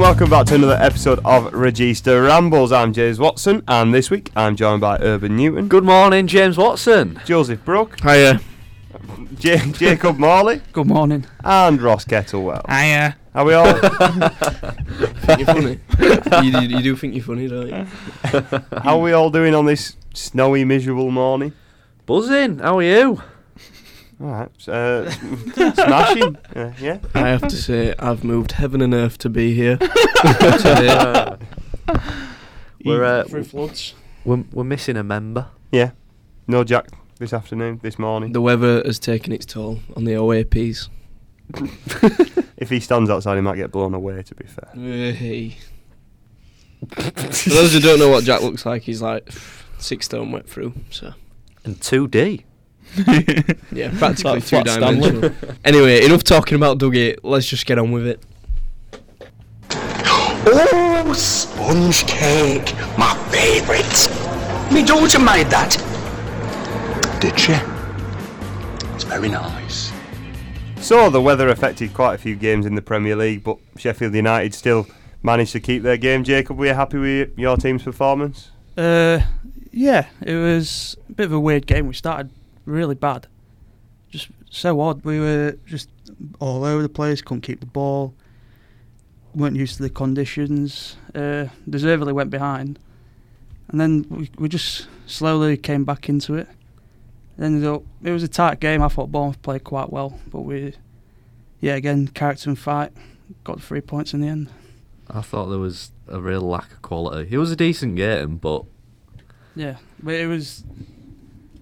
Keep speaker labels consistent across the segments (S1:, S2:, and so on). S1: welcome back to another episode of Register Rambles. I'm James Watson, and this week I'm joined by Urban Newton,
S2: Good morning, James Watson.
S1: Joseph Brook,
S3: Hiya.
S1: J- Jacob Morley,
S4: Good morning.
S1: and Ross Kettlewell.
S4: Hiya.
S1: Are we all?
S3: You're funny. you, you, you do think you're funny, don't you?
S1: How are we all doing on this snowy, miserable morning?
S2: Buzzing, how are you?
S1: All right, uh, smashing. Uh, yeah.
S3: I have to say, I've moved heaven and earth to be here today.
S4: E
S2: We're, uh,
S3: Free floods.
S2: We're, we're missing a member.
S1: Yeah. No Jack this afternoon, this morning.
S3: The weather has taken its toll on the OAPs.
S4: uh.
S1: If he stands outside, he might get blown away. To be fair.
S3: Hey. For those who don't know what Jack looks like, he's like six stone wet through. So
S2: And 2D.
S3: yeah, practically
S4: Like
S3: two
S4: Flat Stanley.
S3: dimensional. anyway, enough talking about Dougie. Let's just get on with it.
S5: Oh, sponge cake, my favourite. Me daughter made that. Did she? It's very nice.
S1: So the weather affected quite a few games in the Premier League, but Sheffield United still managed to keep their game. Jacob, were you happy with your team's performance?
S4: Uh, yeah, it was a bit of a weird game. We started really bad, just so odd. We were just all over the place. Couldn't keep the ball. weren't used to the conditions. Uh, deservedly went behind, and then we, we just slowly came back into it. Then it it was a tight game. I thought Bournemouth played quite well, but we, yeah, again character and fight, got three points in the end.
S6: I thought there was a real lack of quality. It was a decent game, but
S4: Yeah, but it was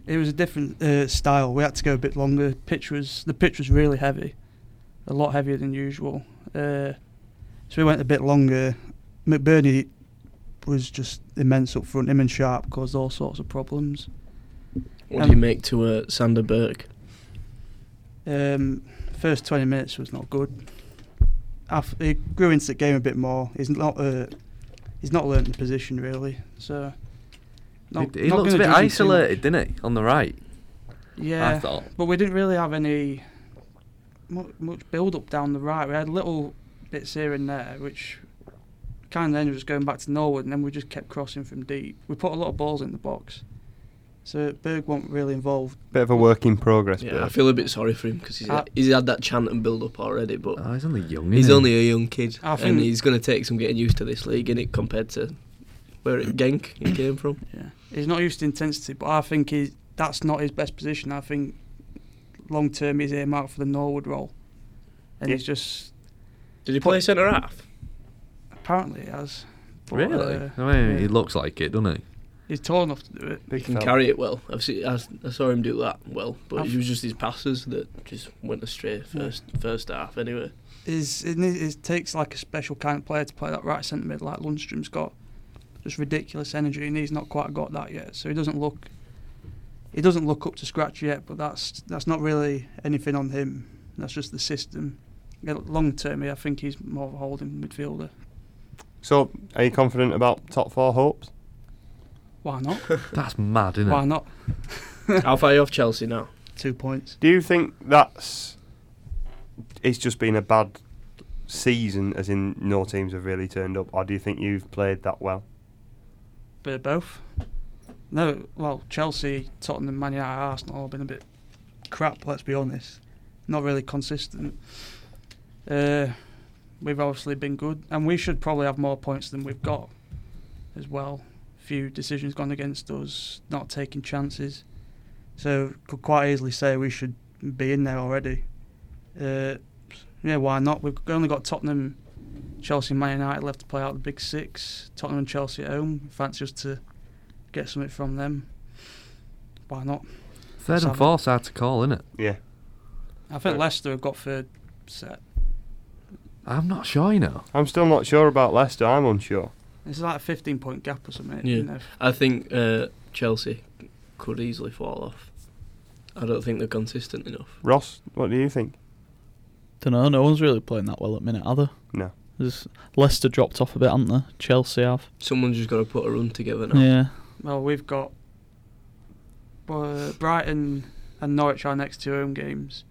S4: it was a different uh, style. We had to go a bit longer. Pitch was the pitch was really heavy, a lot heavier than usual. Uh, so we went a bit longer. McBurney was just immense up front. Him and Sharp caused all sorts of problems.
S3: What
S4: Um,
S3: do you make to uh, Sander Burke?
S4: Um, first 20 minutes was not good. Af- he grew into the game a bit more. He's not uh, he's not learnt the position really. So
S6: he, he looked
S4: gonna
S6: a bit
S4: judge him too much.
S6: isolated, didn't he? On the right,
S4: Yeah.
S6: I thought.
S4: But we didn't really have any mu- much build up down the right. We had little bits here and there, which kind of ended us going back to Norwood, and then we just kept crossing from deep. We put a lot of balls in the box, so Berg weren't really involved.
S1: Bit of a work in progress.
S3: Yeah,
S1: Bert.
S3: I feel a bit sorry for him because he's,
S4: I-
S3: he's had that chant and build up already,
S4: uh,
S3: but
S6: Oh, he's only young.
S3: He's
S6: isn't he?
S3: only a young kid,
S4: I
S3: and
S4: think-
S3: he's going to take some getting used to this league, innit, compared to where it, Genk he came from.
S4: Yeah, he's not used to intensity, but I think he that's not his best position. I think long term he's earmarked for the Norwood role, and he's just
S3: Did he play centre half?
S4: apparently he has. but,
S6: really.
S4: uh,
S6: I mean,
S4: yeah.
S6: he looks like it, doesn't he?
S4: he's tall enough to do it.
S1: Big
S3: He can
S1: fella.
S3: carry it well. I've seen, I, s- I saw him do that well, but
S4: I've-
S3: it was just his passes that just went astray first first half. Anyway,
S4: is it, ne- it takes like a special kind of player to play that right centre mid like Lundstrom's got just ridiculous energy and he's not quite got that yet so he doesn't look he doesn't look up to scratch yet but that's that's not really anything on him that's just the system Yeah, long term I think he's more of a holding midfielder
S1: So, are you confident about top four hopes?
S4: why not
S6: That's mad, isn't
S4: why
S6: it?
S4: not
S3: how far are you off Chelsea now?
S4: two points
S1: Do you think that's it's just been a bad season, as in no teams have really turned up, or do you think you've played that well?
S4: bit of both no well Chelsea Tottenham Man United Arsenal have been a bit crap let's be honest not really consistent. Uh, we've obviously been good, and we should probably have more points than we've got as well. Few decisions gone against us, not taking chances. So could quite easily say we should be in there already. Uh, yeah, why not? We've only got Tottenham, Chelsea, and Man United left to play out the big six. Tottenham and Chelsea at home. Fancy us to get something from them. Why not?
S6: Third
S4: Seven.
S6: and fourth hard to call, isn't it?
S1: Yeah.
S4: I think
S1: Uh,
S4: Leicester have got third set.
S6: I'm not sure, you know.
S1: I'm still not sure about Leicester. I'm unsure.
S4: It's like a 15 point gap or something.
S3: Yeah.
S4: You know.
S3: I think uh, Chelsea could easily fall off. I don't think they're consistent enough.
S1: Ross, what do you think?
S7: Don't know. No one's really playing that well at the minute, are they?
S1: No.
S7: There's Leicester dropped off a bit, haven't they? Chelsea have.
S3: Someone's just got to put a run together now.
S7: Yeah.
S4: Well, we've got uh, Brighton and Norwich our next two home games.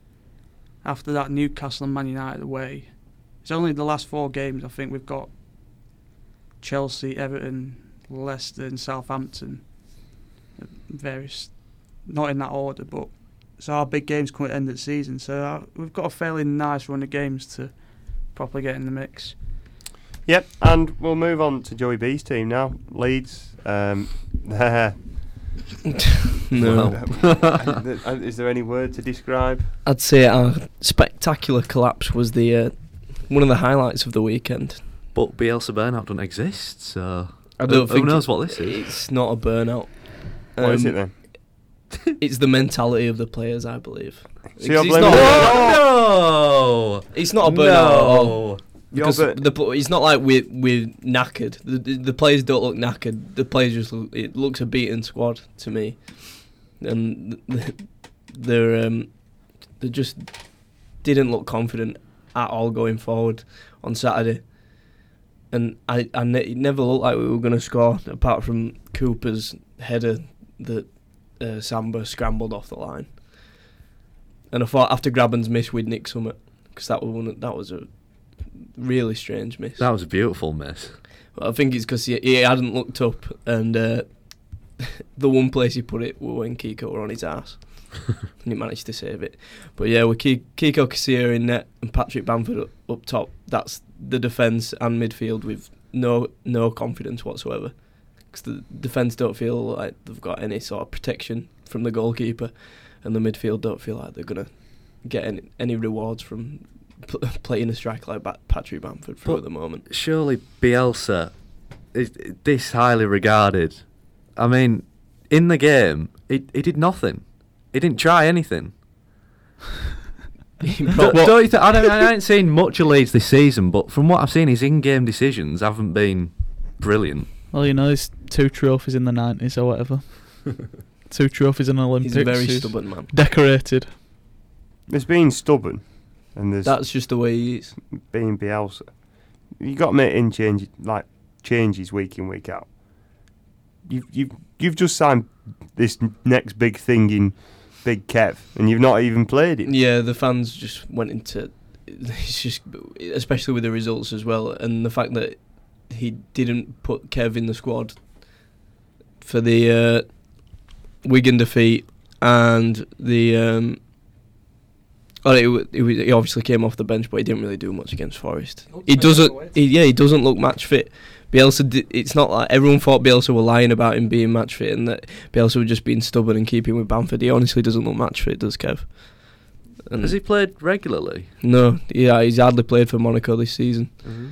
S4: After that, Newcastle and Man United away. It's only the last four games I think we've got Chelsea, Everton, Leicester, and Southampton. Various, not in that order, but so our big games come at the end of the season. So uh, we've got a fairly nice run of games to properly get in the mix.
S1: Yep, and we'll move on to Joey B's team now. Leeds. Um, there.
S6: No.
S1: Is there any word to describe?
S3: I'd say our spectacular collapse was the uh, one of the highlights of the weekend.
S2: But Bielsa burnout don't exist, so
S3: I
S2: who, who knows what this is?
S3: It's not a burnout.
S1: What is it
S3: Um,
S1: then?
S3: It's the mentality of the players, I believe.
S1: So you're
S3: It's
S1: blaming
S3: not-
S1: the-
S2: Oh, no!
S3: It's not a burnout. at all.
S2: No.
S1: You're
S3: Because
S1: bur-
S3: the, pl- it's not like we're, we're knackered. The, the, the players don't look knackered. The players just look, it looks a beaten squad to me, and th- they're um, they just didn't look confident at all going forward on Saturday, and I, I ne- it never looked like we were going to score apart from Cooper's header that uh, Samba scrambled off the line, and I thought after Graben's miss we'd nick something because that was one of- that was a really strange miss.
S6: That was a beautiful miss.
S3: I think it's because he, he hadn't looked up, and uh, the one place he put it were when Kiko were on his ass, and he managed to save it. But yeah, with Ki- Kiko Casilla in net and Patrick Bamford up, up top, that's the defence and midfield with no no confidence whatsoever, because the defence don't feel like they've got any sort of protection from the goalkeeper, and the midfield don't feel like they're gonna get any, any rewards from pl- playing a strike like Ba- Patrick Bamford for
S6: But-
S3: at the moment.
S6: Surely Bielsa is this highly regarded. I mean, in the game, he, he did nothing. He didn't try anything.
S3: He
S6: Don't,
S3: brought-
S6: don't you thi- I, don't, I ain't seen much of Leeds this season, but from what I've seen, his in-game decisions haven't been brilliant.
S7: Well, you know, there's two trophies in the 90s or whatever. two trophies in the Olympics.
S3: He's a very
S7: he's
S3: stubborn man.
S7: Decorated.
S1: There's being stubborn, and there's
S3: That's just the way he is.
S1: being Bielsa. You got to make in change like changes week in week out. You've you've you've just signed this n- next big thing in Big Kev, and you've not even played it.
S3: Yeah, the fans just went into. It's just, especially with the results as well, and the fact that he didn't put Kev in the squad for the uh, Wigan defeat and the. Um, well, it, wa- it, wa- he obviously came off the bench, but he didn't really do much against Forest. He doesn't. He, yeah, he doesn't look match fit. Bielsa. Di- it's not like everyone thought Bielsa were lying about him being match fit, and that Bielsa was just being stubborn and keeping with Bamford. He honestly doesn't look match fit, does Kev? And
S2: Has he played regularly?
S3: no, yeah, he's hardly played for Monaco this season,
S2: Mm-hmm.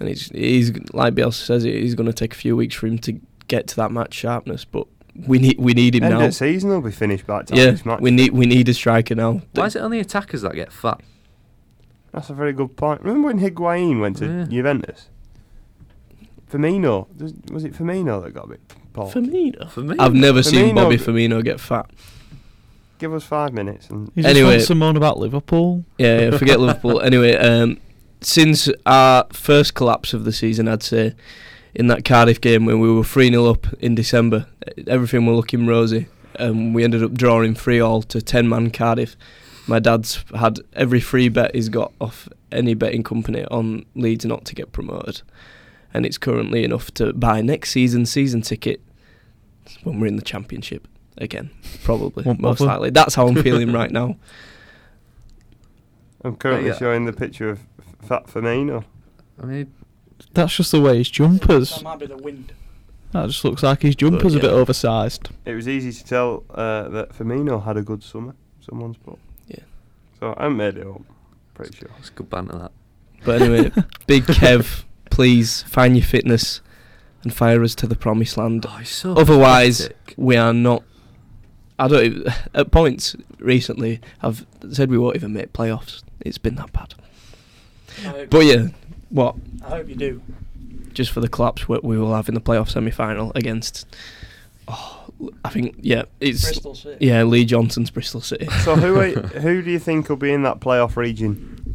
S3: and he's he's like Bielsa says, he's going to take a few weeks for him to get to that match sharpness. But we need we need him
S1: End
S3: now.
S1: of season, they'll be finished by the time
S3: Yeah,
S1: this match.
S3: we need we need a striker now.
S2: Why is it only attackers that get fat?
S1: That's a very good point. Remember when Higuain went to
S2: Yeah.
S1: Juventus? Firmino does- was it Firmino that got it? Paul,
S3: Firmino.
S2: For me,
S3: I've never
S1: Firmino-
S3: seen Bobby Firmino get fat.
S1: give us five minutes and
S7: He just
S3: Anyway.
S7: wants to moan about Liverpool.
S3: Yeah, yeah forget Liverpool. Anyway, um, since our first collapse of the season, I'd say, in that Cardiff game when we were 3 0 up in December, everything were looking rosy. Um, we ended up drawing 3 all to 10 man Cardiff. My dad's had every free bet he's got off any betting company on Leeds not to get promoted. And it's currently enough to buy next season's season ticket when we're in the championship again, probably,
S7: Won't
S3: most
S7: bother.
S3: likely. That's how I'm feeling right now.
S1: I'm currently
S6: Yeah.
S1: showing the picture of F- Fat Firmino.
S6: I mean,
S7: That's just the way his jumpers.
S4: That might be the wind.
S7: That just looks like his jumper's a
S3: yeah.
S7: bit oversized.
S1: It was easy to tell uh, that Firmino had a good summer. Someone's put.
S3: Yeah.
S1: So I made it up. Pretty sure.
S6: it's good banter that.
S3: But anyway, Big Kev, please find your fitness and fire us to the promised land.
S6: Oh, he's so
S3: Otherwise-
S6: pathetic.
S3: We are not. I don't. Even, at points recently, I've said we won't even make playoffs. It's been that bad. But yeah, what?
S4: I hope you do.
S3: Just for the collapse we, we will have in the playoff semi-final against. Oh, I think yeah, it's
S4: Bristol City.
S3: yeah Lee Johnson's Bristol City.
S1: So who are, who do you think will be in that playoff region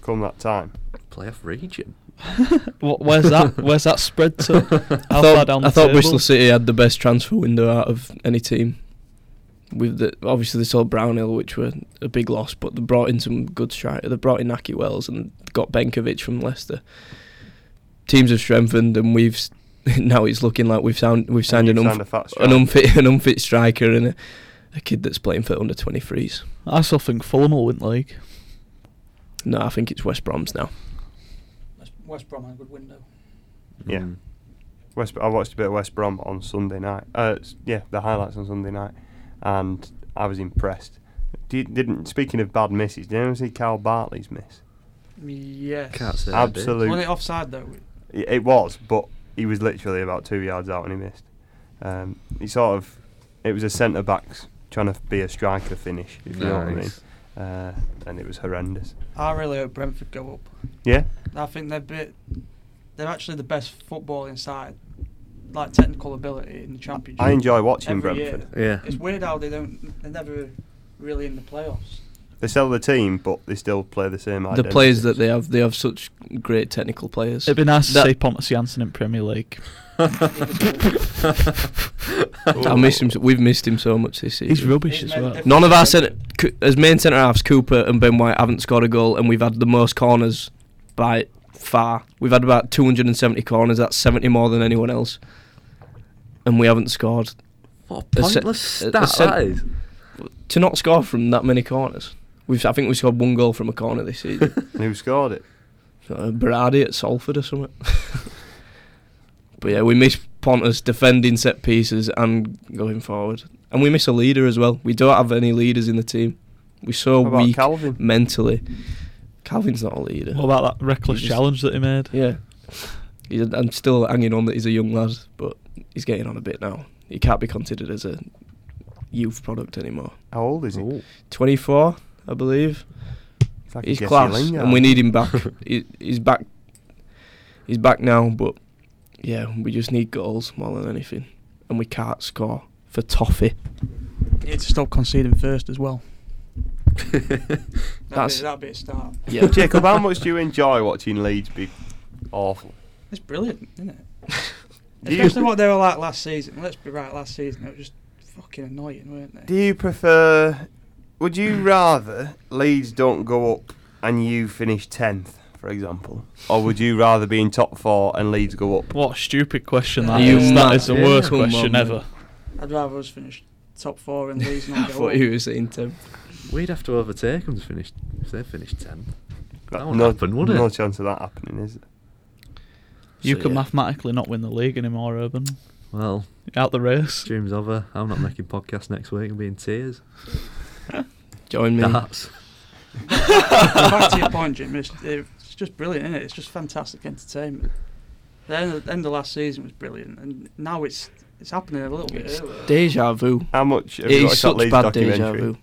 S1: come that time?
S6: playoff region.
S7: What, where's that? Where's that spread to? How
S3: I
S7: far
S3: thought,
S7: down
S3: I
S7: the
S3: thought
S7: table?
S3: Bristol City had the best transfer window out of any team. With the obviously they sold Brownhill, which were a big loss, but they brought in some good striker. They brought in Naki Wells and got Benkovic from Leicester. teams have strengthened, and we've s- now it's looking like we've sound we've signed an
S1: you've
S3: unf-
S1: signed a fat
S3: an
S1: striker.
S3: unfit an unfit striker and a, a kid that's playing for under 23s.
S7: I still think Fulham will win the league.
S3: No, I think it's West Brom's now.
S4: West- West Brom had a good window.
S1: Yeah.
S6: Mm.
S1: West, I watched a bit of West Brom on Sunday night. Uh, s- yeah, the highlights on Sunday night, and I was impressed. Do you- didn't speaking of bad misses, did anyone see Cal Bartley's miss?
S4: Yes.
S2: Can't say I did.
S1: Absolutely,
S4: Wasn't it offside though?
S1: It it was, but he was literally about two yards out and he missed. Um, he sort of, it was a centre back's trying to be a striker finish, if you know what I mean.
S6: Nice.
S1: Uh, and it was horrendous.
S4: I really hope Brentford go up.
S1: Yeah,
S4: I think they're bit, they're actually the best footballing side, like technical ability in the championship.
S1: I enjoy watching
S4: every year.
S1: Brentford.
S6: Yeah.
S4: It's weird how they don't, they're never really in the playoffs.
S1: They sell the team, but they still play the same.
S3: The players that they have, they have such great technical players.
S7: It'd be nice to
S3: That-
S7: see Pontus Janssen in Premier League.
S3: I miss him. so- We've missed him so much this season.
S7: He's rubbish
S4: He's
S7: as
S4: made
S7: well.
S4: a
S3: None of our centre, Coo- as main centre halves, Cooper and Ben White haven't scored a goal, and we've had the most corners by far. We've had about 270 corners. That's 70 more than anyone else, and we haven't scored.
S2: What a
S3: A se-
S2: pointless
S3: a- a
S2: stat
S3: sen-
S2: that is.
S3: To not score from that many corners, we've I think we scored one goal from a corner this season.
S1: And who scored it?
S3: uh, Berardi at Salford or something. but yeah, we miss Pontus defending set pieces and going forward, and we miss a leader as well. We don't have any leaders in the team. We're so
S1: How about
S3: weak
S1: Calvin?
S3: mentally. Calvin's not a leader.
S7: What about that reckless
S3: He just-
S7: challenge that he made?
S3: Yeah. He's, I'm still hanging on that he's a young lad, but he's getting on a bit now. He can't be considered as a youth product anymore.
S1: How old is he?
S6: Ooh.
S3: 24, I believe.
S1: It's like a
S3: he's
S1: Jesse
S3: class,
S1: Lingard.
S3: and we need him back. he, he's back. He's back now, but yeah, we just need goals more than anything, and we can't score for Toffee.
S4: Need to stop conceding first as well. That'd
S3: That's-
S4: be, that'd be a start.
S3: Yeah,
S1: Jacob, how much do you enjoy watching Leeds be awful?
S4: It's brilliant, isn't it?
S1: Do you-
S4: Especially what they were like last season. Let's be right, last season they were just fucking annoying, weren't they?
S1: Do you prefer? Would you rather Leeds don't go up and you finish tenth, for example, or would you rather be in top four and Leeds go up?
S7: What a stupid question that
S4: Are
S7: is!
S4: you
S7: That
S3: mad?
S7: is the
S3: Yeah.
S7: worst
S3: Come on,
S7: question
S3: man.
S7: ever.
S4: I'd rather us finish top four and Leeds
S3: I
S4: not go
S3: thought
S4: up.
S3: he was saying Tim.
S6: We'd have to overtake them to finish. If they finished 10. That won't
S1: no,
S6: happen, would
S1: no
S6: it?
S1: chance of that happening, is it?
S7: You
S3: So,
S7: could
S3: yeah.
S7: mathematically not win the league anymore, Urban.
S6: Well,
S7: Out the race.
S6: stream's over. I'm not making podcast next week. I'll be in tears.
S3: Join me.
S6: Darts.
S4: Back to your point, Jim. It's, it's just brilliant, isn't it? It's just fantastic entertainment. The end, the end of last season was brilliant, and now it's it's happening a little bit earlier.
S3: Deja vu.
S1: How much have you
S3: It's
S1: watched that
S3: such
S1: Leeds
S3: bad deja
S1: documentary?
S3: vu.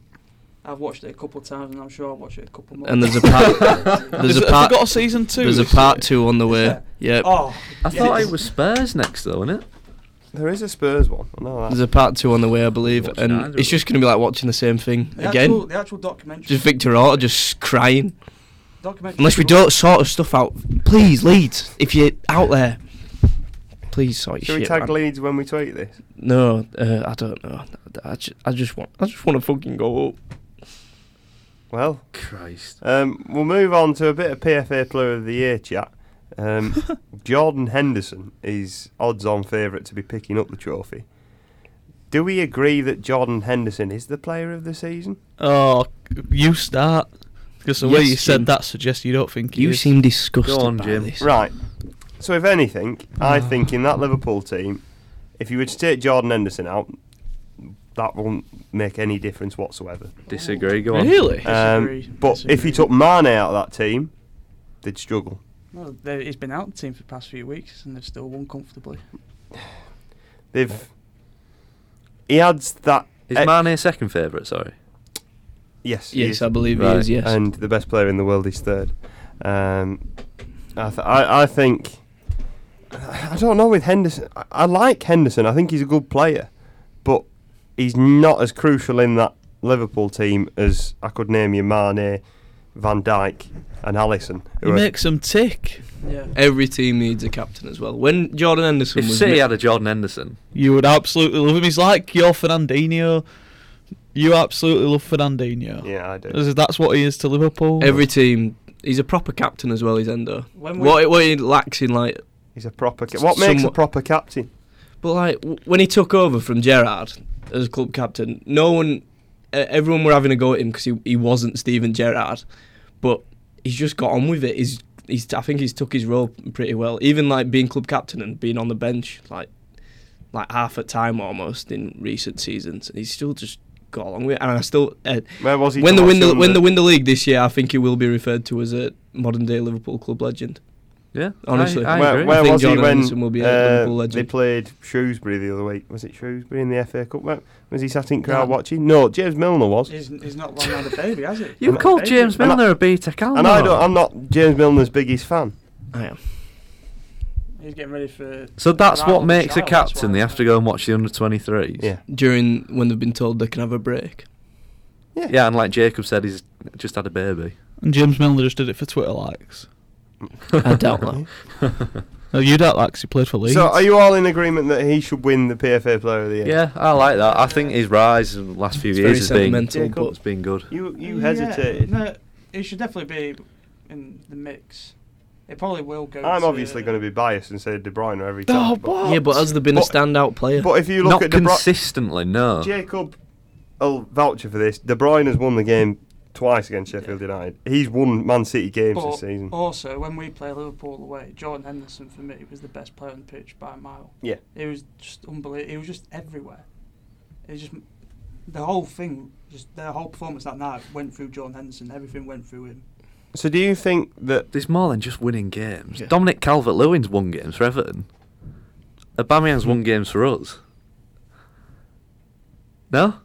S4: I've watched it a couple of times, and I'm sure I'll watch it a couple more.
S3: And there's a part. there's
S7: Is
S3: a
S7: it- have
S3: part.
S7: they got a season two?
S3: There's a
S7: this year?
S3: part two on the way.
S4: there?
S3: Yeah.
S4: oh,
S6: I thought
S4: yes.
S6: it was Spurs next, though, wasn't it?
S1: There is a Spurs one. I know that.
S3: There's a part two on the way, I believe,
S6: Watching
S3: and
S6: either
S3: it's
S6: of
S3: just gonna be like watching the same thing
S4: the Actual,
S3: again.
S4: the actual documentary.
S3: Just Victor Orta just crying.
S4: documentary
S3: Unless we
S4: was-
S3: don't sort of stuff out, please, Leeds, if you're out there, please sort your
S1: Should we
S3: shit.
S1: tag
S3: man.
S1: Leeds when we tweet this?
S3: No, uh, I don't know. I, ju- I just want, I just want to fucking go up.
S1: Well,
S6: Christ.
S1: um, we'll move on to a bit of PFA Player of the Year chat. Um, Jordan Henderson is odds-on favourite to be picking up the trophy. Do we agree that Jordan Henderson is the player of the season?
S7: Oh, you start. Because the way
S3: Yes,
S7: you said
S3: Jim.
S7: that suggests you don't think he
S3: You
S7: is.
S3: seem disgusted
S6: Go on,
S3: by
S6: Jim.
S3: this.
S1: Right. So, if anything,
S4: Ah.
S1: I think in that Liverpool team, if you were to take Jordan Henderson out, that won't make any difference whatsoever.
S6: Disagree. Go on. Uh,
S7: Really?
S1: Um,
S4: Disagree,
S1: but if
S4: disagree.
S1: you took Mane out of that team, they'd struggle.
S4: Well, they, he's been out of the team for the past few weeks, and they've still won comfortably.
S1: They've. He adds that.
S6: Is
S1: eh,
S6: Mane second favourite? Sorry.
S1: Yes. he
S3: Yes,
S1: is.
S3: I believe
S6: Right,
S3: he is. Yes.
S1: and the best player in the world is third. Um, I, th- I, I think. I don't know with Henderson. I, I like Henderson. I think he's a good player, but he's not as crucial in that Liverpool team as I could name you Mane, Van Dijk, and Allison.
S7: He makes them tick.
S4: Yeah.
S3: Every team needs a captain as well. When Jordan Henderson
S6: If
S3: was
S6: City
S3: mi-
S6: had a Jordan Henderson,
S7: You would absolutely love him. He's like your Fernandinho. You absolutely love Fernandinho.
S1: yeah, I do.
S7: This is- That's what he is to Liverpool.
S3: every team, he's a proper captain as well. He's Endo.
S4: When we-
S3: What, what he lacks in like
S1: He's a proper. Ca- what makes a
S3: Somewhat-
S1: proper captain?
S3: But like w- when he took over from Gerrard as club captain, no one, uh, everyone were having a go at him because he, he wasn't Steven Gerrard, but he's just got on with it. He's he's I think he's took his role pretty well. Even like being club captain and being on the bench like like half a time almost in recent seasons, and he's still just got along with it. And I still uh,
S1: Where was he?
S3: when the
S1: till
S3: win the
S1: Sunday?
S3: when the win the league this year, I think he will be referred to as a modern day Liverpool club legend.
S2: Yeah,
S3: Honestly.
S2: I, I
S1: where
S2: agree.
S1: where
S3: I think
S1: was
S3: Jordan
S1: he
S3: Henderson
S1: when
S3: will be a
S1: uh,
S3: Liverpool
S1: they
S3: legend.
S1: played Shrewsbury the other week? Was it Shrewsbury in the FA Cup? Where- Was he sat in crowd
S4: No.
S1: watching? No, James Milner was.
S4: He's, he's not long had a baby, has he?
S2: you
S1: And-
S2: called James
S1: and I-
S2: Milner a beta calendar.
S6: Oh.
S1: And I don't, I'm not James Milner's biggest fan.
S3: I am.
S4: He's getting ready for.
S6: So that's
S4: Right,
S6: what makes a
S4: child, that's
S6: captain.
S4: why.
S6: They have to go and watch the under 23s.
S1: Yeah.
S3: during when they've been told they can have a break.
S6: Yeah, and like Jacob said, he's just had a baby.
S7: And James Milner just did it for Twitter likes.
S3: I doubt that.
S7: No, you don't like 'cause he played for Leeds.
S1: So are you all in agreement that he should win the PFA Player of the Year?
S6: Yeah, I like that. I think his rise in the last few
S3: It's
S6: years
S3: very
S6: has been,
S3: sentimental,
S1: Jacob.
S6: it's been good.
S1: You you
S4: Yeah,
S1: hesitated.
S4: No, he should definitely be in the mix. It probably will go.
S1: I'm
S4: to-
S1: obviously going to be biased and say De Bruyne every time.
S7: Oh,
S1: but,
S7: what?
S3: but yeah, but has there been
S1: But-
S3: a standout player?
S1: but if you look
S6: Not
S1: at De Bruyne,
S6: consistently, no.
S1: Jacob, I'll voucher for this. De Bruyne has won the game twice against Sheffield United. He's won Man City games
S4: But
S1: this season.
S4: also, when we play Liverpool away, Jordan Henderson for me was the best player on the pitch by a mile.
S1: Yeah.
S4: It was just unbelievable. It was just everywhere. It was just the whole thing, just their whole performance that night went through Jordan Henderson. Everything went through him.
S1: So do you think that?
S6: There's more than just winning games.
S3: Yeah.
S6: Dominic Calvert Lewin's won games for Everton. Aubameyang's won games for us. No?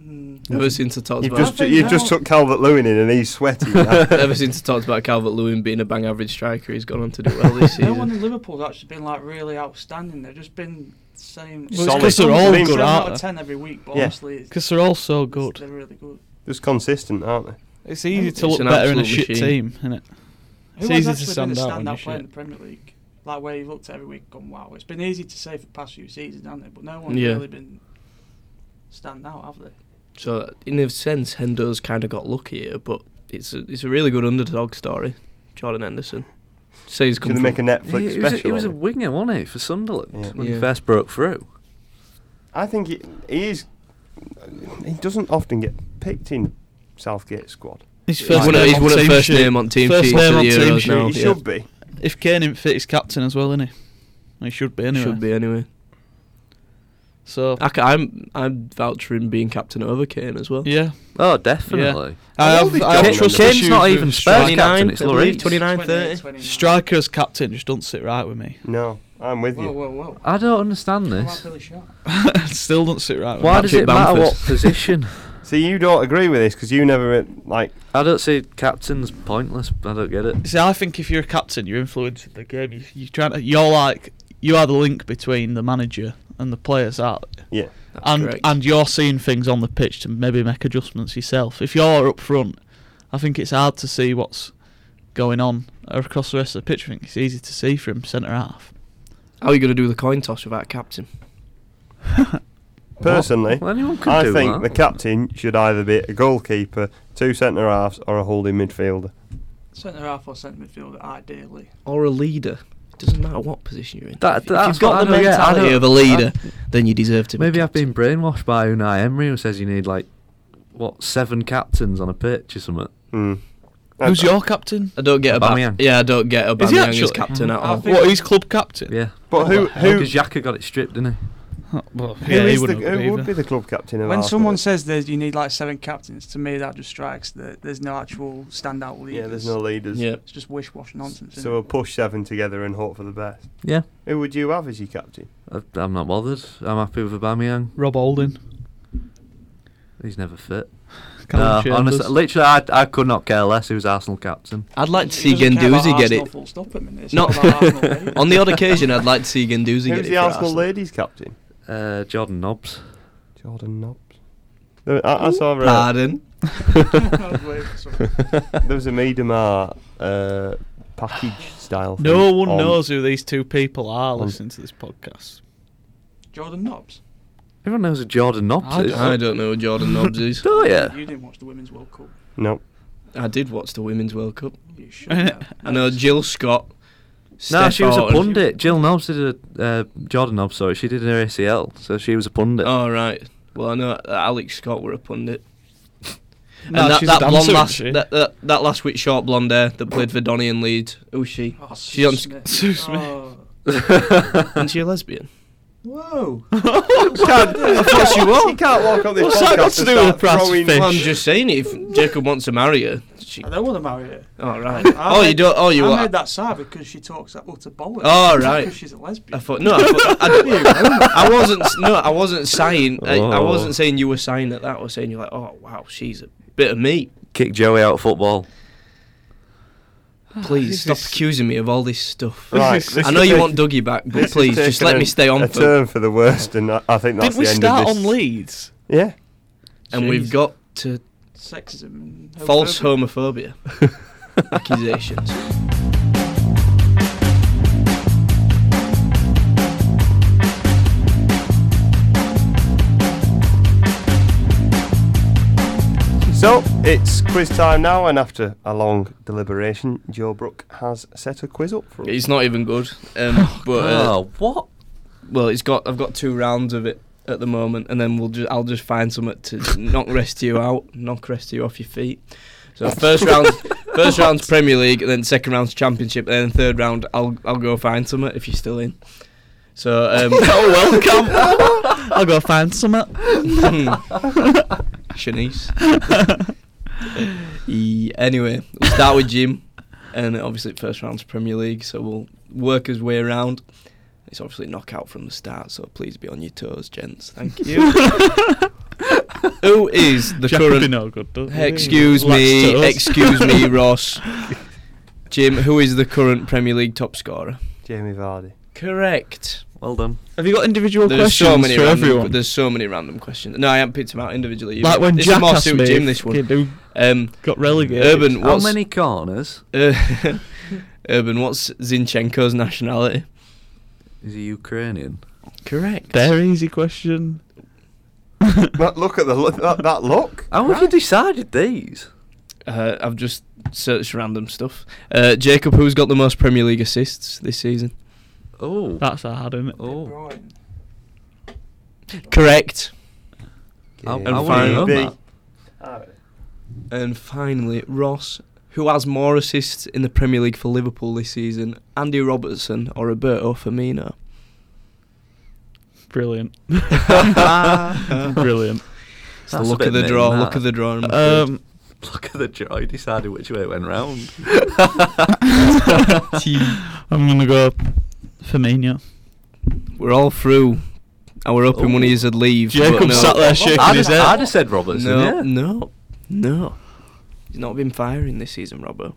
S4: Mm.
S3: Ever since I talked
S1: You've
S3: about
S1: just
S4: think
S1: you've just
S4: now-
S1: took Calvert Lewin in and he's sweaty. now.
S3: ever since I talked about Calvert Lewin being a bang average striker, he's gone on to do well this
S4: No one
S3: season.
S4: in Liverpool's actually been like really outstanding. They've just been same.
S7: Well,
S1: it's 'cause
S7: they're all
S4: Seven out
S7: good,
S4: of
S7: aren't they?
S4: ten every week, but
S1: Yeah.
S4: honestly, it's,
S7: Because they're all so
S4: it's-
S7: good.
S4: They're really good.
S1: Just consistent, aren't they?
S7: It's easy
S3: It's
S7: to look
S3: an
S7: better in a
S3: absolute
S7: shit
S3: machine.
S7: team, isn't it?
S4: Who
S7: It's
S4: has
S7: easy to
S4: actually
S7: stand
S4: been a
S7: out when
S4: standout
S7: you're
S4: player in
S7: shit.
S4: the Premier League? Like where you looked at every week, and gone wow. It's been easy to say for the past few seasons, hasn't it? But no one's
S3: Yeah.
S4: really been stand out, have they?
S3: So in a sense, Hendo's kind of got lucky here, but it's a, it's a really good underdog story. Jordan Henderson. Say he's
S1: Should
S3: come
S1: they make a
S3: from-
S1: Netflix
S6: He, he was a,
S1: special?
S6: he was a
S1: on it?
S6: winger, wasn't he, for Sunderland
S1: Yeah.
S6: when he
S3: Yeah.
S6: first broke through?
S1: I think he, he is. He doesn't often get picked in Southgate squad.
S7: His
S3: He's one of, he's
S7: on
S3: one of
S7: team
S3: first
S7: sheet.
S3: name on team
S7: First
S3: sheets
S7: name
S3: for
S7: on
S3: the
S7: team
S3: Euros
S7: sheet.
S3: now.
S1: he
S3: yeah.
S1: should be.
S7: If Kane isn't fit, he's captain as well, isn't he? He should be anyway.
S3: Should be anyway.
S7: So
S3: I ca- I'm I'm vouching being captain over Kane as well.
S7: yeah,
S6: Oh, definitely.
S7: I
S1: How old
S7: have.
S1: is
S7: I have
S1: Kane?
S7: trust
S6: Kane's
S7: issues
S6: not
S7: with
S6: even
S7: stri-
S6: Spurs captain. It's
S3: I believe,
S6: Lloris.
S3: 29, 30.
S4: 28, 29.
S7: striker as captain. Just don't sit right with me.
S1: No, I'm with
S4: Whoa,
S1: you.
S4: whoa, whoa!
S6: I don't understand
S4: I'm
S6: this.
S4: really shocked.
S7: Still don't sit right with
S6: Why
S7: me.
S6: does it
S3: Patrick
S6: matter
S3: Bamford.
S6: what position?
S1: See, you don't agree with this because you never uh, like.
S6: I don't see captain's pointless. I don't get it.
S7: See, I think if you're a captain, you're influencing the game. You, you're trying to. You're like you are the link between the manager and the players, aren't you?
S1: Yeah,
S3: That's
S7: and
S3: correct.
S7: and you're seeing things on the pitch to maybe make adjustments yourself. If you're up front, I think it's hard to see what's going on across the rest of the pitch. I think it's easy to see from centre half.
S3: How are you going to do the coin toss without a captain?
S1: personally,
S6: Well, anyone could
S1: I
S6: do
S1: think the
S6: that.
S1: captain should either be a goalkeeper, two centre halves, or a holding midfielder.
S4: Centre half or centre midfielder, ideally.
S3: Or a leader? It doesn't matter what position you're in.
S6: That-
S3: if
S6: that's
S3: you've
S6: what
S3: got the
S6: I don't get. I
S3: mentality
S6: don't-
S3: of a leader, then you deserve to.
S6: Maybe
S3: be
S6: I've been brainwashed by Unai Emery, who says you need like what seven captains on a pitch or something.
S1: Hmm.
S7: Who's your captain?
S3: I don't get
S6: Aubameyang.
S3: Aubameyang. Yeah, I don't get
S7: Is he
S3: Aubameyang
S7: actually?
S3: as captain at
S4: I
S3: all.
S4: think-
S7: What? He's club captain. Oh,
S6: Yeah,
S1: But who who,
S6: because Xhaka got it stripped, didn't
S7: Well,
S1: who,
S7: yeah, he
S1: is the,
S7: wouldn't have
S1: who would
S7: either.
S1: be the club captain of
S4: When
S1: Arsenal?
S4: someone says that you need like seven captains, to me that just strikes that there's no actual standout leaders.
S1: yeah, there's no leaders.
S6: Yeah.
S4: It's just wish-wash nonsense.
S1: So we'll push seven together and hope for the best.
S6: he? Yeah,
S1: Who would you have as your captain?
S6: I, I'm not bothered. I'm happy with Aubameyang.
S7: Rob Holding.
S6: He's never fit. No,
S7: Callum Chambers.
S6: Uh, honestly, literally, I, I could not care less who's Arsenal captain.
S3: I'd like to see Genduzi get it.
S4: Full stop
S3: Not-
S4: not about Arsenal, mate.
S3: On the odd occasion, I'd like to see Genduzi get it.
S1: Who's the
S3: for
S1: Arsenal
S3: Arsenal.
S1: ladies captain?
S6: Uh, Jordan Nobbs.
S1: Jordan Nobbs. There- I, I saw uh,
S3: Pardon.
S1: there was a Miedemar uh, package style.
S7: No
S1: thing
S7: one
S1: on-
S7: knows who these two people are
S1: on-
S7: listening to this podcast.
S4: Jordan Knobs.
S6: Everyone knows who Jordan Nobbs
S7: I
S6: is.
S3: I don't know who Jordan Nobbs is.
S6: Do you?
S4: You didn't watch the Women's World Cup.
S1: No.
S3: I did watch the Women's World Cup.
S4: You should. Know.
S3: I know Jill Scott
S6: No,
S3: step
S6: she was a
S3: out and-
S6: pundit. Jill Nobbs did a uh, Jordan Nobbs. Sorry, she did her ACL, so she was a pundit.
S3: Oh right. Well, I know that Alex Scott were a pundit.
S7: No,
S3: and that,
S7: she's a
S3: that
S7: dancer,
S3: blonde
S7: isn't
S3: last
S7: she?
S3: that, that that last week short blonde hair that played for Donny and Leeds. Who's she?
S4: Oh,
S3: She on-
S7: Sue Smith.
S3: Isn't she a lesbian?
S4: Whoa.
S1: I thought she was. You can't walk on this
S7: What's
S1: podcast
S7: that got to
S1: and
S7: do with
S1: start
S7: a brass
S1: throwing-
S7: fish?
S3: Well, I'm just saying if Jacob wants to marry her, she.
S4: I don't want to marry her.
S3: All right.
S4: I
S3: oh,
S4: made-
S3: you don't. Oh, you
S4: I
S3: are.
S4: made that sad because she talks that utter bollocks.
S3: Oh, right.
S4: Because she's a lesbian.
S3: I thought no. I, thought, I, I wasn't. No, I wasn't saying. I, I
S6: Oh.
S3: wasn't saying you were saying that. That I was saying you're like, oh wow, she's a bit of meat.
S6: Kick Joey out of football.
S3: Please stop
S7: is-
S3: accusing me of all this stuff.
S1: Right,
S7: This is-
S1: this
S3: I know
S1: is
S3: you
S1: taking-
S3: want Dougie back,
S1: this
S3: but
S1: is
S3: please just
S1: taking
S3: let
S1: a-
S3: me stay on
S1: A
S3: for,
S1: turn for the worst, and I, I think that's
S7: Did we
S1: the end
S7: start
S1: of
S7: on
S1: this.
S7: Leeds?
S1: Yeah.
S3: and we've
S7: Jeez.
S3: got to
S4: Sexism. and
S3: false
S4: homophobia.
S3: homophobia accusations.
S1: So it's quiz time now, and after a long deliberation, Joe Brook has set a quiz up for us.
S3: It's not even good. Um, but uh,
S6: oh, what?
S3: well, it's got. I've got two rounds of it at the moment, and then we'll just. I'll just find something to knock rest you out, knock rest you off your feet. So first round, first round's Premier League, and then second round's Championship, and then third round I'll I'll go find something if you're still in. So um,
S7: Oh, welcome. I'll go find some.
S3: Shanice. Yeah, anyway, we'll start with Jim, and obviously first round's Premier League, so we'll work his way around. It's obviously knockout from the start, so please be on your toes, gents. Thank you. Who is the
S7: Jack would be
S3: current?
S7: no good, does he?
S3: Excuse
S7: Lacks
S3: me,
S7: toes.
S3: excuse me, Ross. Jim, who is the current Premier League top scorer?
S1: Jamie Vardy.
S3: Correct.
S6: Well done.
S7: Have you got individual
S3: There's
S7: questions
S3: so many
S7: for
S3: random,
S7: everyone?
S3: There's so many random questions. No, I haven't picked them out individually.
S7: like when
S3: this
S7: Jack
S3: is more
S7: asked
S3: suit
S7: me
S3: Jim.
S7: if
S3: This one.
S7: he
S3: Um,
S7: got relegated.
S3: Urban,
S6: How
S3: what's
S6: many corners?
S3: Uh, Urban, what's Zinchenko's nationality?
S6: Is he Ukrainian?
S3: Correct.
S7: Very easy question.
S1: But look at the look, that, that look.
S6: How have you decided these?
S3: Uh, I've just searched random stuff. Uh, Jacob, who's got the most Premier League assists this season?
S6: Oh.
S7: That's hard, isn't it?
S6: oh.
S4: Right.
S3: Correct.
S6: I, I
S1: And
S6: wouldn't
S3: finally-
S6: know that.
S3: And finally, Ross, who has more assists in the Premier League for Liverpool this season? Andy Robertson or Roberto Firmino?
S7: Brilliant. Brilliant.
S3: So
S6: That's a
S3: look
S6: bit
S3: at the
S6: mean,
S3: draw.
S6: that.
S3: Look at the draw. I'm afraid.
S7: Um,
S6: Look at the draw. He decided which way it went round. Um,
S7: Um, I'm gonna go Firmino.
S3: We're all through. I were hoping
S6: Oh.
S3: one of you would leave. but
S7: Jacob
S3: no.
S7: sat there shaking
S6: I'd,
S7: his
S6: have,
S7: head.
S6: I'd have said Robertson.
S3: No,
S6: yeah.
S3: no, no. He's not been firing this season, Robbo.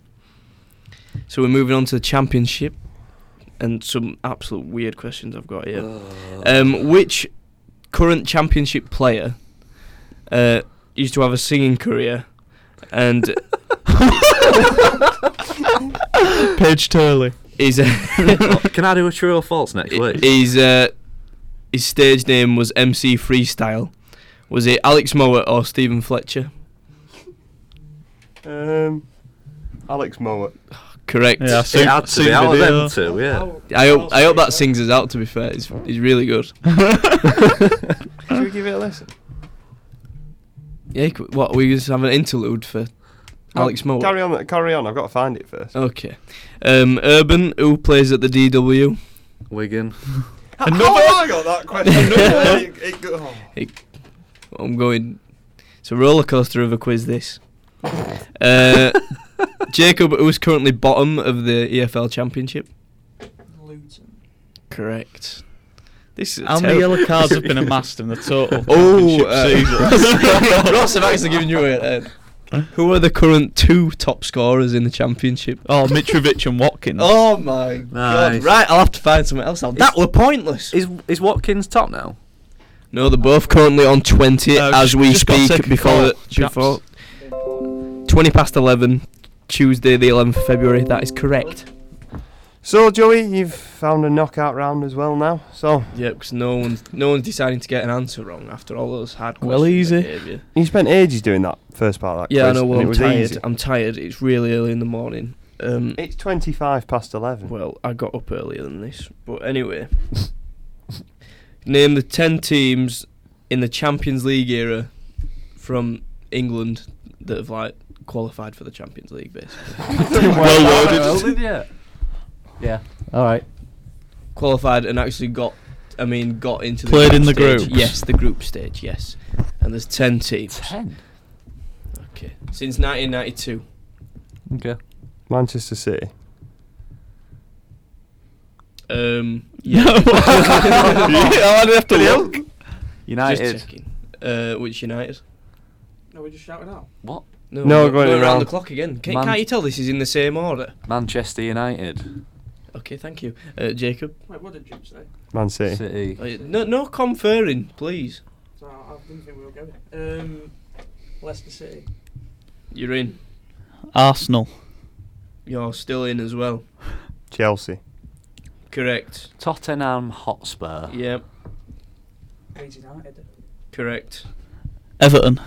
S3: So we're moving on to the championship, and some absolute weird questions I've got here.
S6: Uh.
S3: Um, which current championship player uh, used to have a singing career, and
S7: Page Turley.
S3: his
S6: Can I do a true or false next week?
S3: his uh, his stage name was MC Freestyle? Was it Alex Mowat or Stephen Fletcher?
S1: Um, Alex Mowat.
S3: Correct.
S7: Yeah,
S6: it
S7: seen,
S6: had to
S7: seen
S6: be out of
S7: video.
S6: them two, yeah.
S3: I hope I hope that sings us out. To be fair, he's, he's really good.
S1: Should we give it a listen?
S3: Yeah, c- what we just have an interlude for Alex Mowat.
S1: Carry on. Carry on. I've got to find it first.
S3: Okay, um, Urban, who plays at the DW?
S6: Wigan.
S1: Another. Oh, I got that question. Another- it- it go- oh.
S3: I'm going. It's a roller coaster of a quiz. This. Uh, Jacob, who's currently bottom of the EFL Championship?
S4: Luton.
S3: Correct. This is
S7: How many yellow cards have been amassed in the total
S3: Oh,
S7: championship
S3: uh,
S7: season?
S3: Ross, I've actually given you it. who are the current two top scorers in the championship?
S7: Oh, Mitrovic and Watkins.
S3: Oh my
S6: Nice.
S3: god! Right, I'll have to find something else. Now. That were pointless.
S6: Is is Watkins top now?
S3: No, they're both currently on 20
S7: Uh,
S3: as
S7: just-
S3: we
S7: just gotta take
S3: speak
S7: a
S3: before,
S7: call,
S3: the-
S7: chaps.
S3: before 20 past 11, Tuesday the 11th of February. That is correct.
S1: So Joey, you've found a knockout round as well now. So
S3: Yeah, because no one's, no one's deciding to get an answer wrong after all those hard questions.
S7: Well,
S3: I
S7: easy.
S3: gave you.
S1: you spent ages doing that first part of that
S3: Yeah, I
S1: quiz,
S3: know. Well,
S1: and it
S3: I'm
S1: was
S3: tired.
S1: easy.
S3: I'm tired. It's really early in the morning. Um,
S1: It's 25 past 11.
S3: well, I got up earlier than this, but anyway. Name the ten teams in the Champions League era from England that have like qualified for the Champions League, basically.
S1: well loaded.
S6: yeah. Yeah. All right.
S3: qualified and actually got I mean got into the
S7: Played
S3: group
S7: in the
S3: stage.
S7: groups.
S3: Yes, the group stage, yes. And there's 10 teams.
S6: Ten.
S3: Okay. Since 1992.
S6: Okay.
S1: Manchester City.
S3: Um
S7: Yeah.
S3: yeah.
S7: I didn't have to look.
S6: United.
S3: Just checking. Uh which United?
S4: No, we just shouted out.
S6: What?
S1: No,
S3: we're
S1: going
S3: we're
S1: around.
S3: the clock again. Can,
S6: Man-
S3: can't you tell this is in the same order?
S6: Manchester United.
S3: Okay, thank you. Uh, Jacob.
S4: Wait, what did Jim say?
S1: Man City.
S6: City.
S3: Uh, no no conferring, please.
S4: So I didn't think we were going. Um, Leicester City.
S3: You're in.
S7: Arsenal.
S3: You're still in as well.
S1: Chelsea.
S3: Correct.
S6: Tottenham Hotspur.
S3: Yeah,
S4: Leeds United.
S3: correct.
S7: Everton.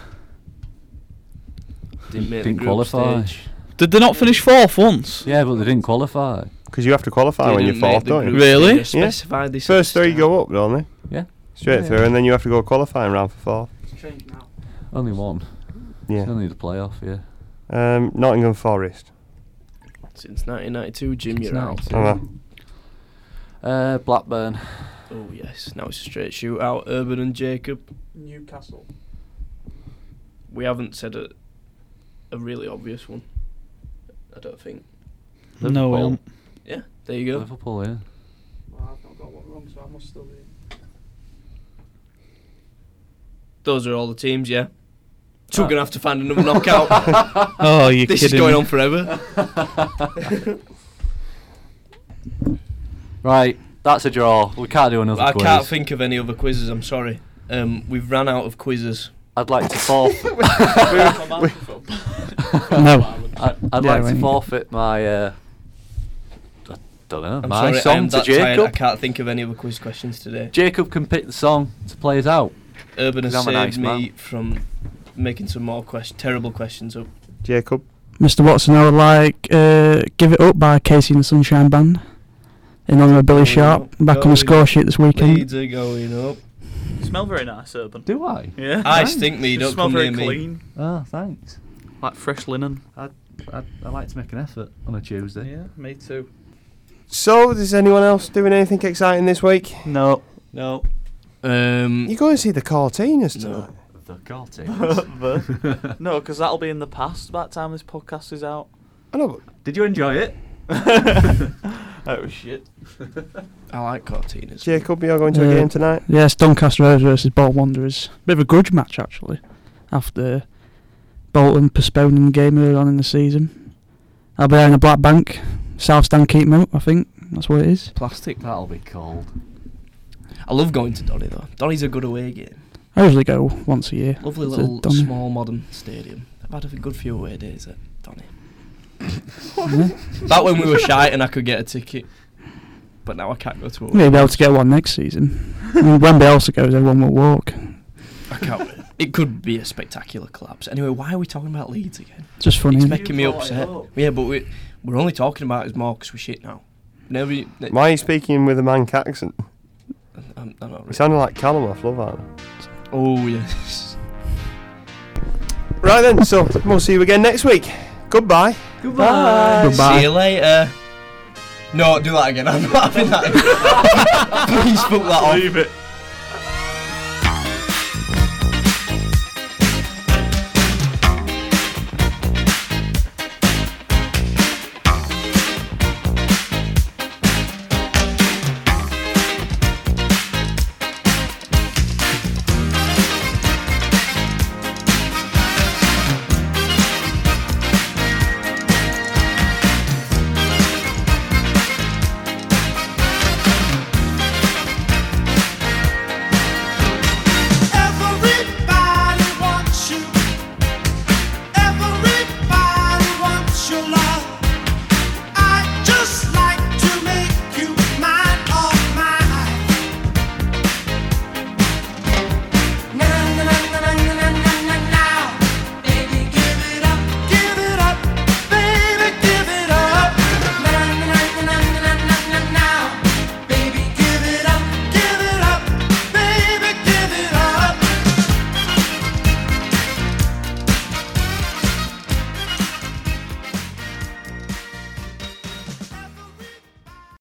S3: Didn't make the
S6: Didn't
S3: group
S6: qualify.
S3: stage.
S7: Did they not finish fourth once?
S6: Yeah, but they didn't qualify.
S1: Because you have to qualify when you're
S3: Didn't make
S1: fourth,
S3: the
S1: don't you?
S3: group
S7: Really?
S3: stage. I
S1: Yeah.
S3: specified this at
S1: First
S3: the
S1: three
S3: start.
S1: go up, don't they?
S6: Yeah.
S1: Straight
S6: Yeah.
S1: through, and then you have to go qualifying round for fourth.
S4: It's changed now.
S6: Only one. It's
S1: Yeah.
S6: Only the playoff. Yeah.
S1: Um, Nottingham Forest.
S3: Since 1992, Jim,
S6: Since
S3: you're out.
S6: 92.
S1: Oh, well.
S6: Uh, Blackburn.
S3: Oh, yes. Now it's a straight shootout. Urban and Jacob.
S4: Newcastle.
S3: We haven't said a, a really obvious one. I don't think.
S7: No, we
S6: Liverpool.
S7: haven't.
S3: Yeah, there you go.
S6: Liverpool. Yeah.
S4: Well, I've not got one wrong, so I must still be.
S3: Those are all the teams, yeah.
S6: Ah.
S3: So we're going to have to find another knockout.
S7: Oh, you're
S3: this is
S7: kidding.
S3: going
S7: me.
S3: on forever.
S6: Right. That's a draw. We can't do another
S3: I
S6: quiz.
S3: can't think of any other quizzes, I'm sorry. Um, we've ran out of quizzes.
S6: I'd like to forfeit.
S7: No.
S6: I, I'd
S7: Yeah,
S6: like
S7: right.
S6: to forfeit my. Uh, I don't know.
S3: I'm
S6: my
S3: sorry, I
S6: song
S3: am
S6: to
S3: that tired. I
S6: Jacob.
S3: can't think of any other quiz questions today.
S6: Jacob can pick the song to play us out.
S3: Urban has
S6: I'm a
S3: saved
S6: nice
S3: me
S6: man.
S3: from making some more quest- terrible questions up.
S1: Jacob.
S4: Mr. Watson, I would like uh, Give It Up by Casey and the Sunshine Band in honour of Billy
S3: Going
S4: Sharp
S3: up,
S4: back on
S3: going
S4: the score
S3: up.
S4: sheet this weekend.
S3: Oh, Leeds are going up.
S7: Smell very nice, Urban.
S6: Do I?
S7: Yeah.
S3: I stink me, don't come near me.
S6: Oh, thanks.
S7: Like fresh linen.
S6: I, I like to make an effort on a Tuesday.
S7: me too.
S1: So, is anyone else doing anything exciting this week?
S7: No.
S3: No. Um,
S1: You're going to see the Cortinas
S3: No.
S1: tonight.
S6: The
S7: The- No, because that'll be in the past by the time this podcast is out.
S1: I know, but
S6: Did you enjoy it?
S7: Oh, shit.
S3: I like Cortinas.
S1: Jacob, you're going to
S4: Yeah.
S1: a game tonight.
S4: Yes, Doncaster Rovers versus Bolton Wanderers. Bit of a grudge match actually, after Bolton postponing the game early on in the season. I'll be there in the Black Bank, South Stand Keep Moat, I think that's what it is.
S6: Plastic. That'll be cold.
S3: I love going to Donny though. Donny's a good away game.
S4: I usually go once a year.
S3: Lovely
S4: It's a
S3: little
S4: Donny.
S3: small modern stadium. I've had a good few away days at Donny. Back when we were shy and I could get a ticket, but now I can't go to away.
S4: Maybe be able to get one next season. I mean, Wembley also goes, everyone will walk.
S3: I can't. wait. It could be a spectacular collapse. Anyway, why are we talking about Leeds again?
S4: Just funny.
S3: It's
S4: isn't it?
S3: making me upset. Yeah, but we we're only talking about it more because we shit now. Never.
S1: Why are you speaking with a manc accent?
S3: I'm, I'm not
S1: It
S3: really.
S1: sounded like Callum off Love Island.
S3: Oh yes.
S1: Right then, so we'll see you again next week. Goodbye.
S3: Goodbye.
S4: Goodbye.
S3: See you later. No, do that again. I'm not having that. Please put that on.
S7: Leave it.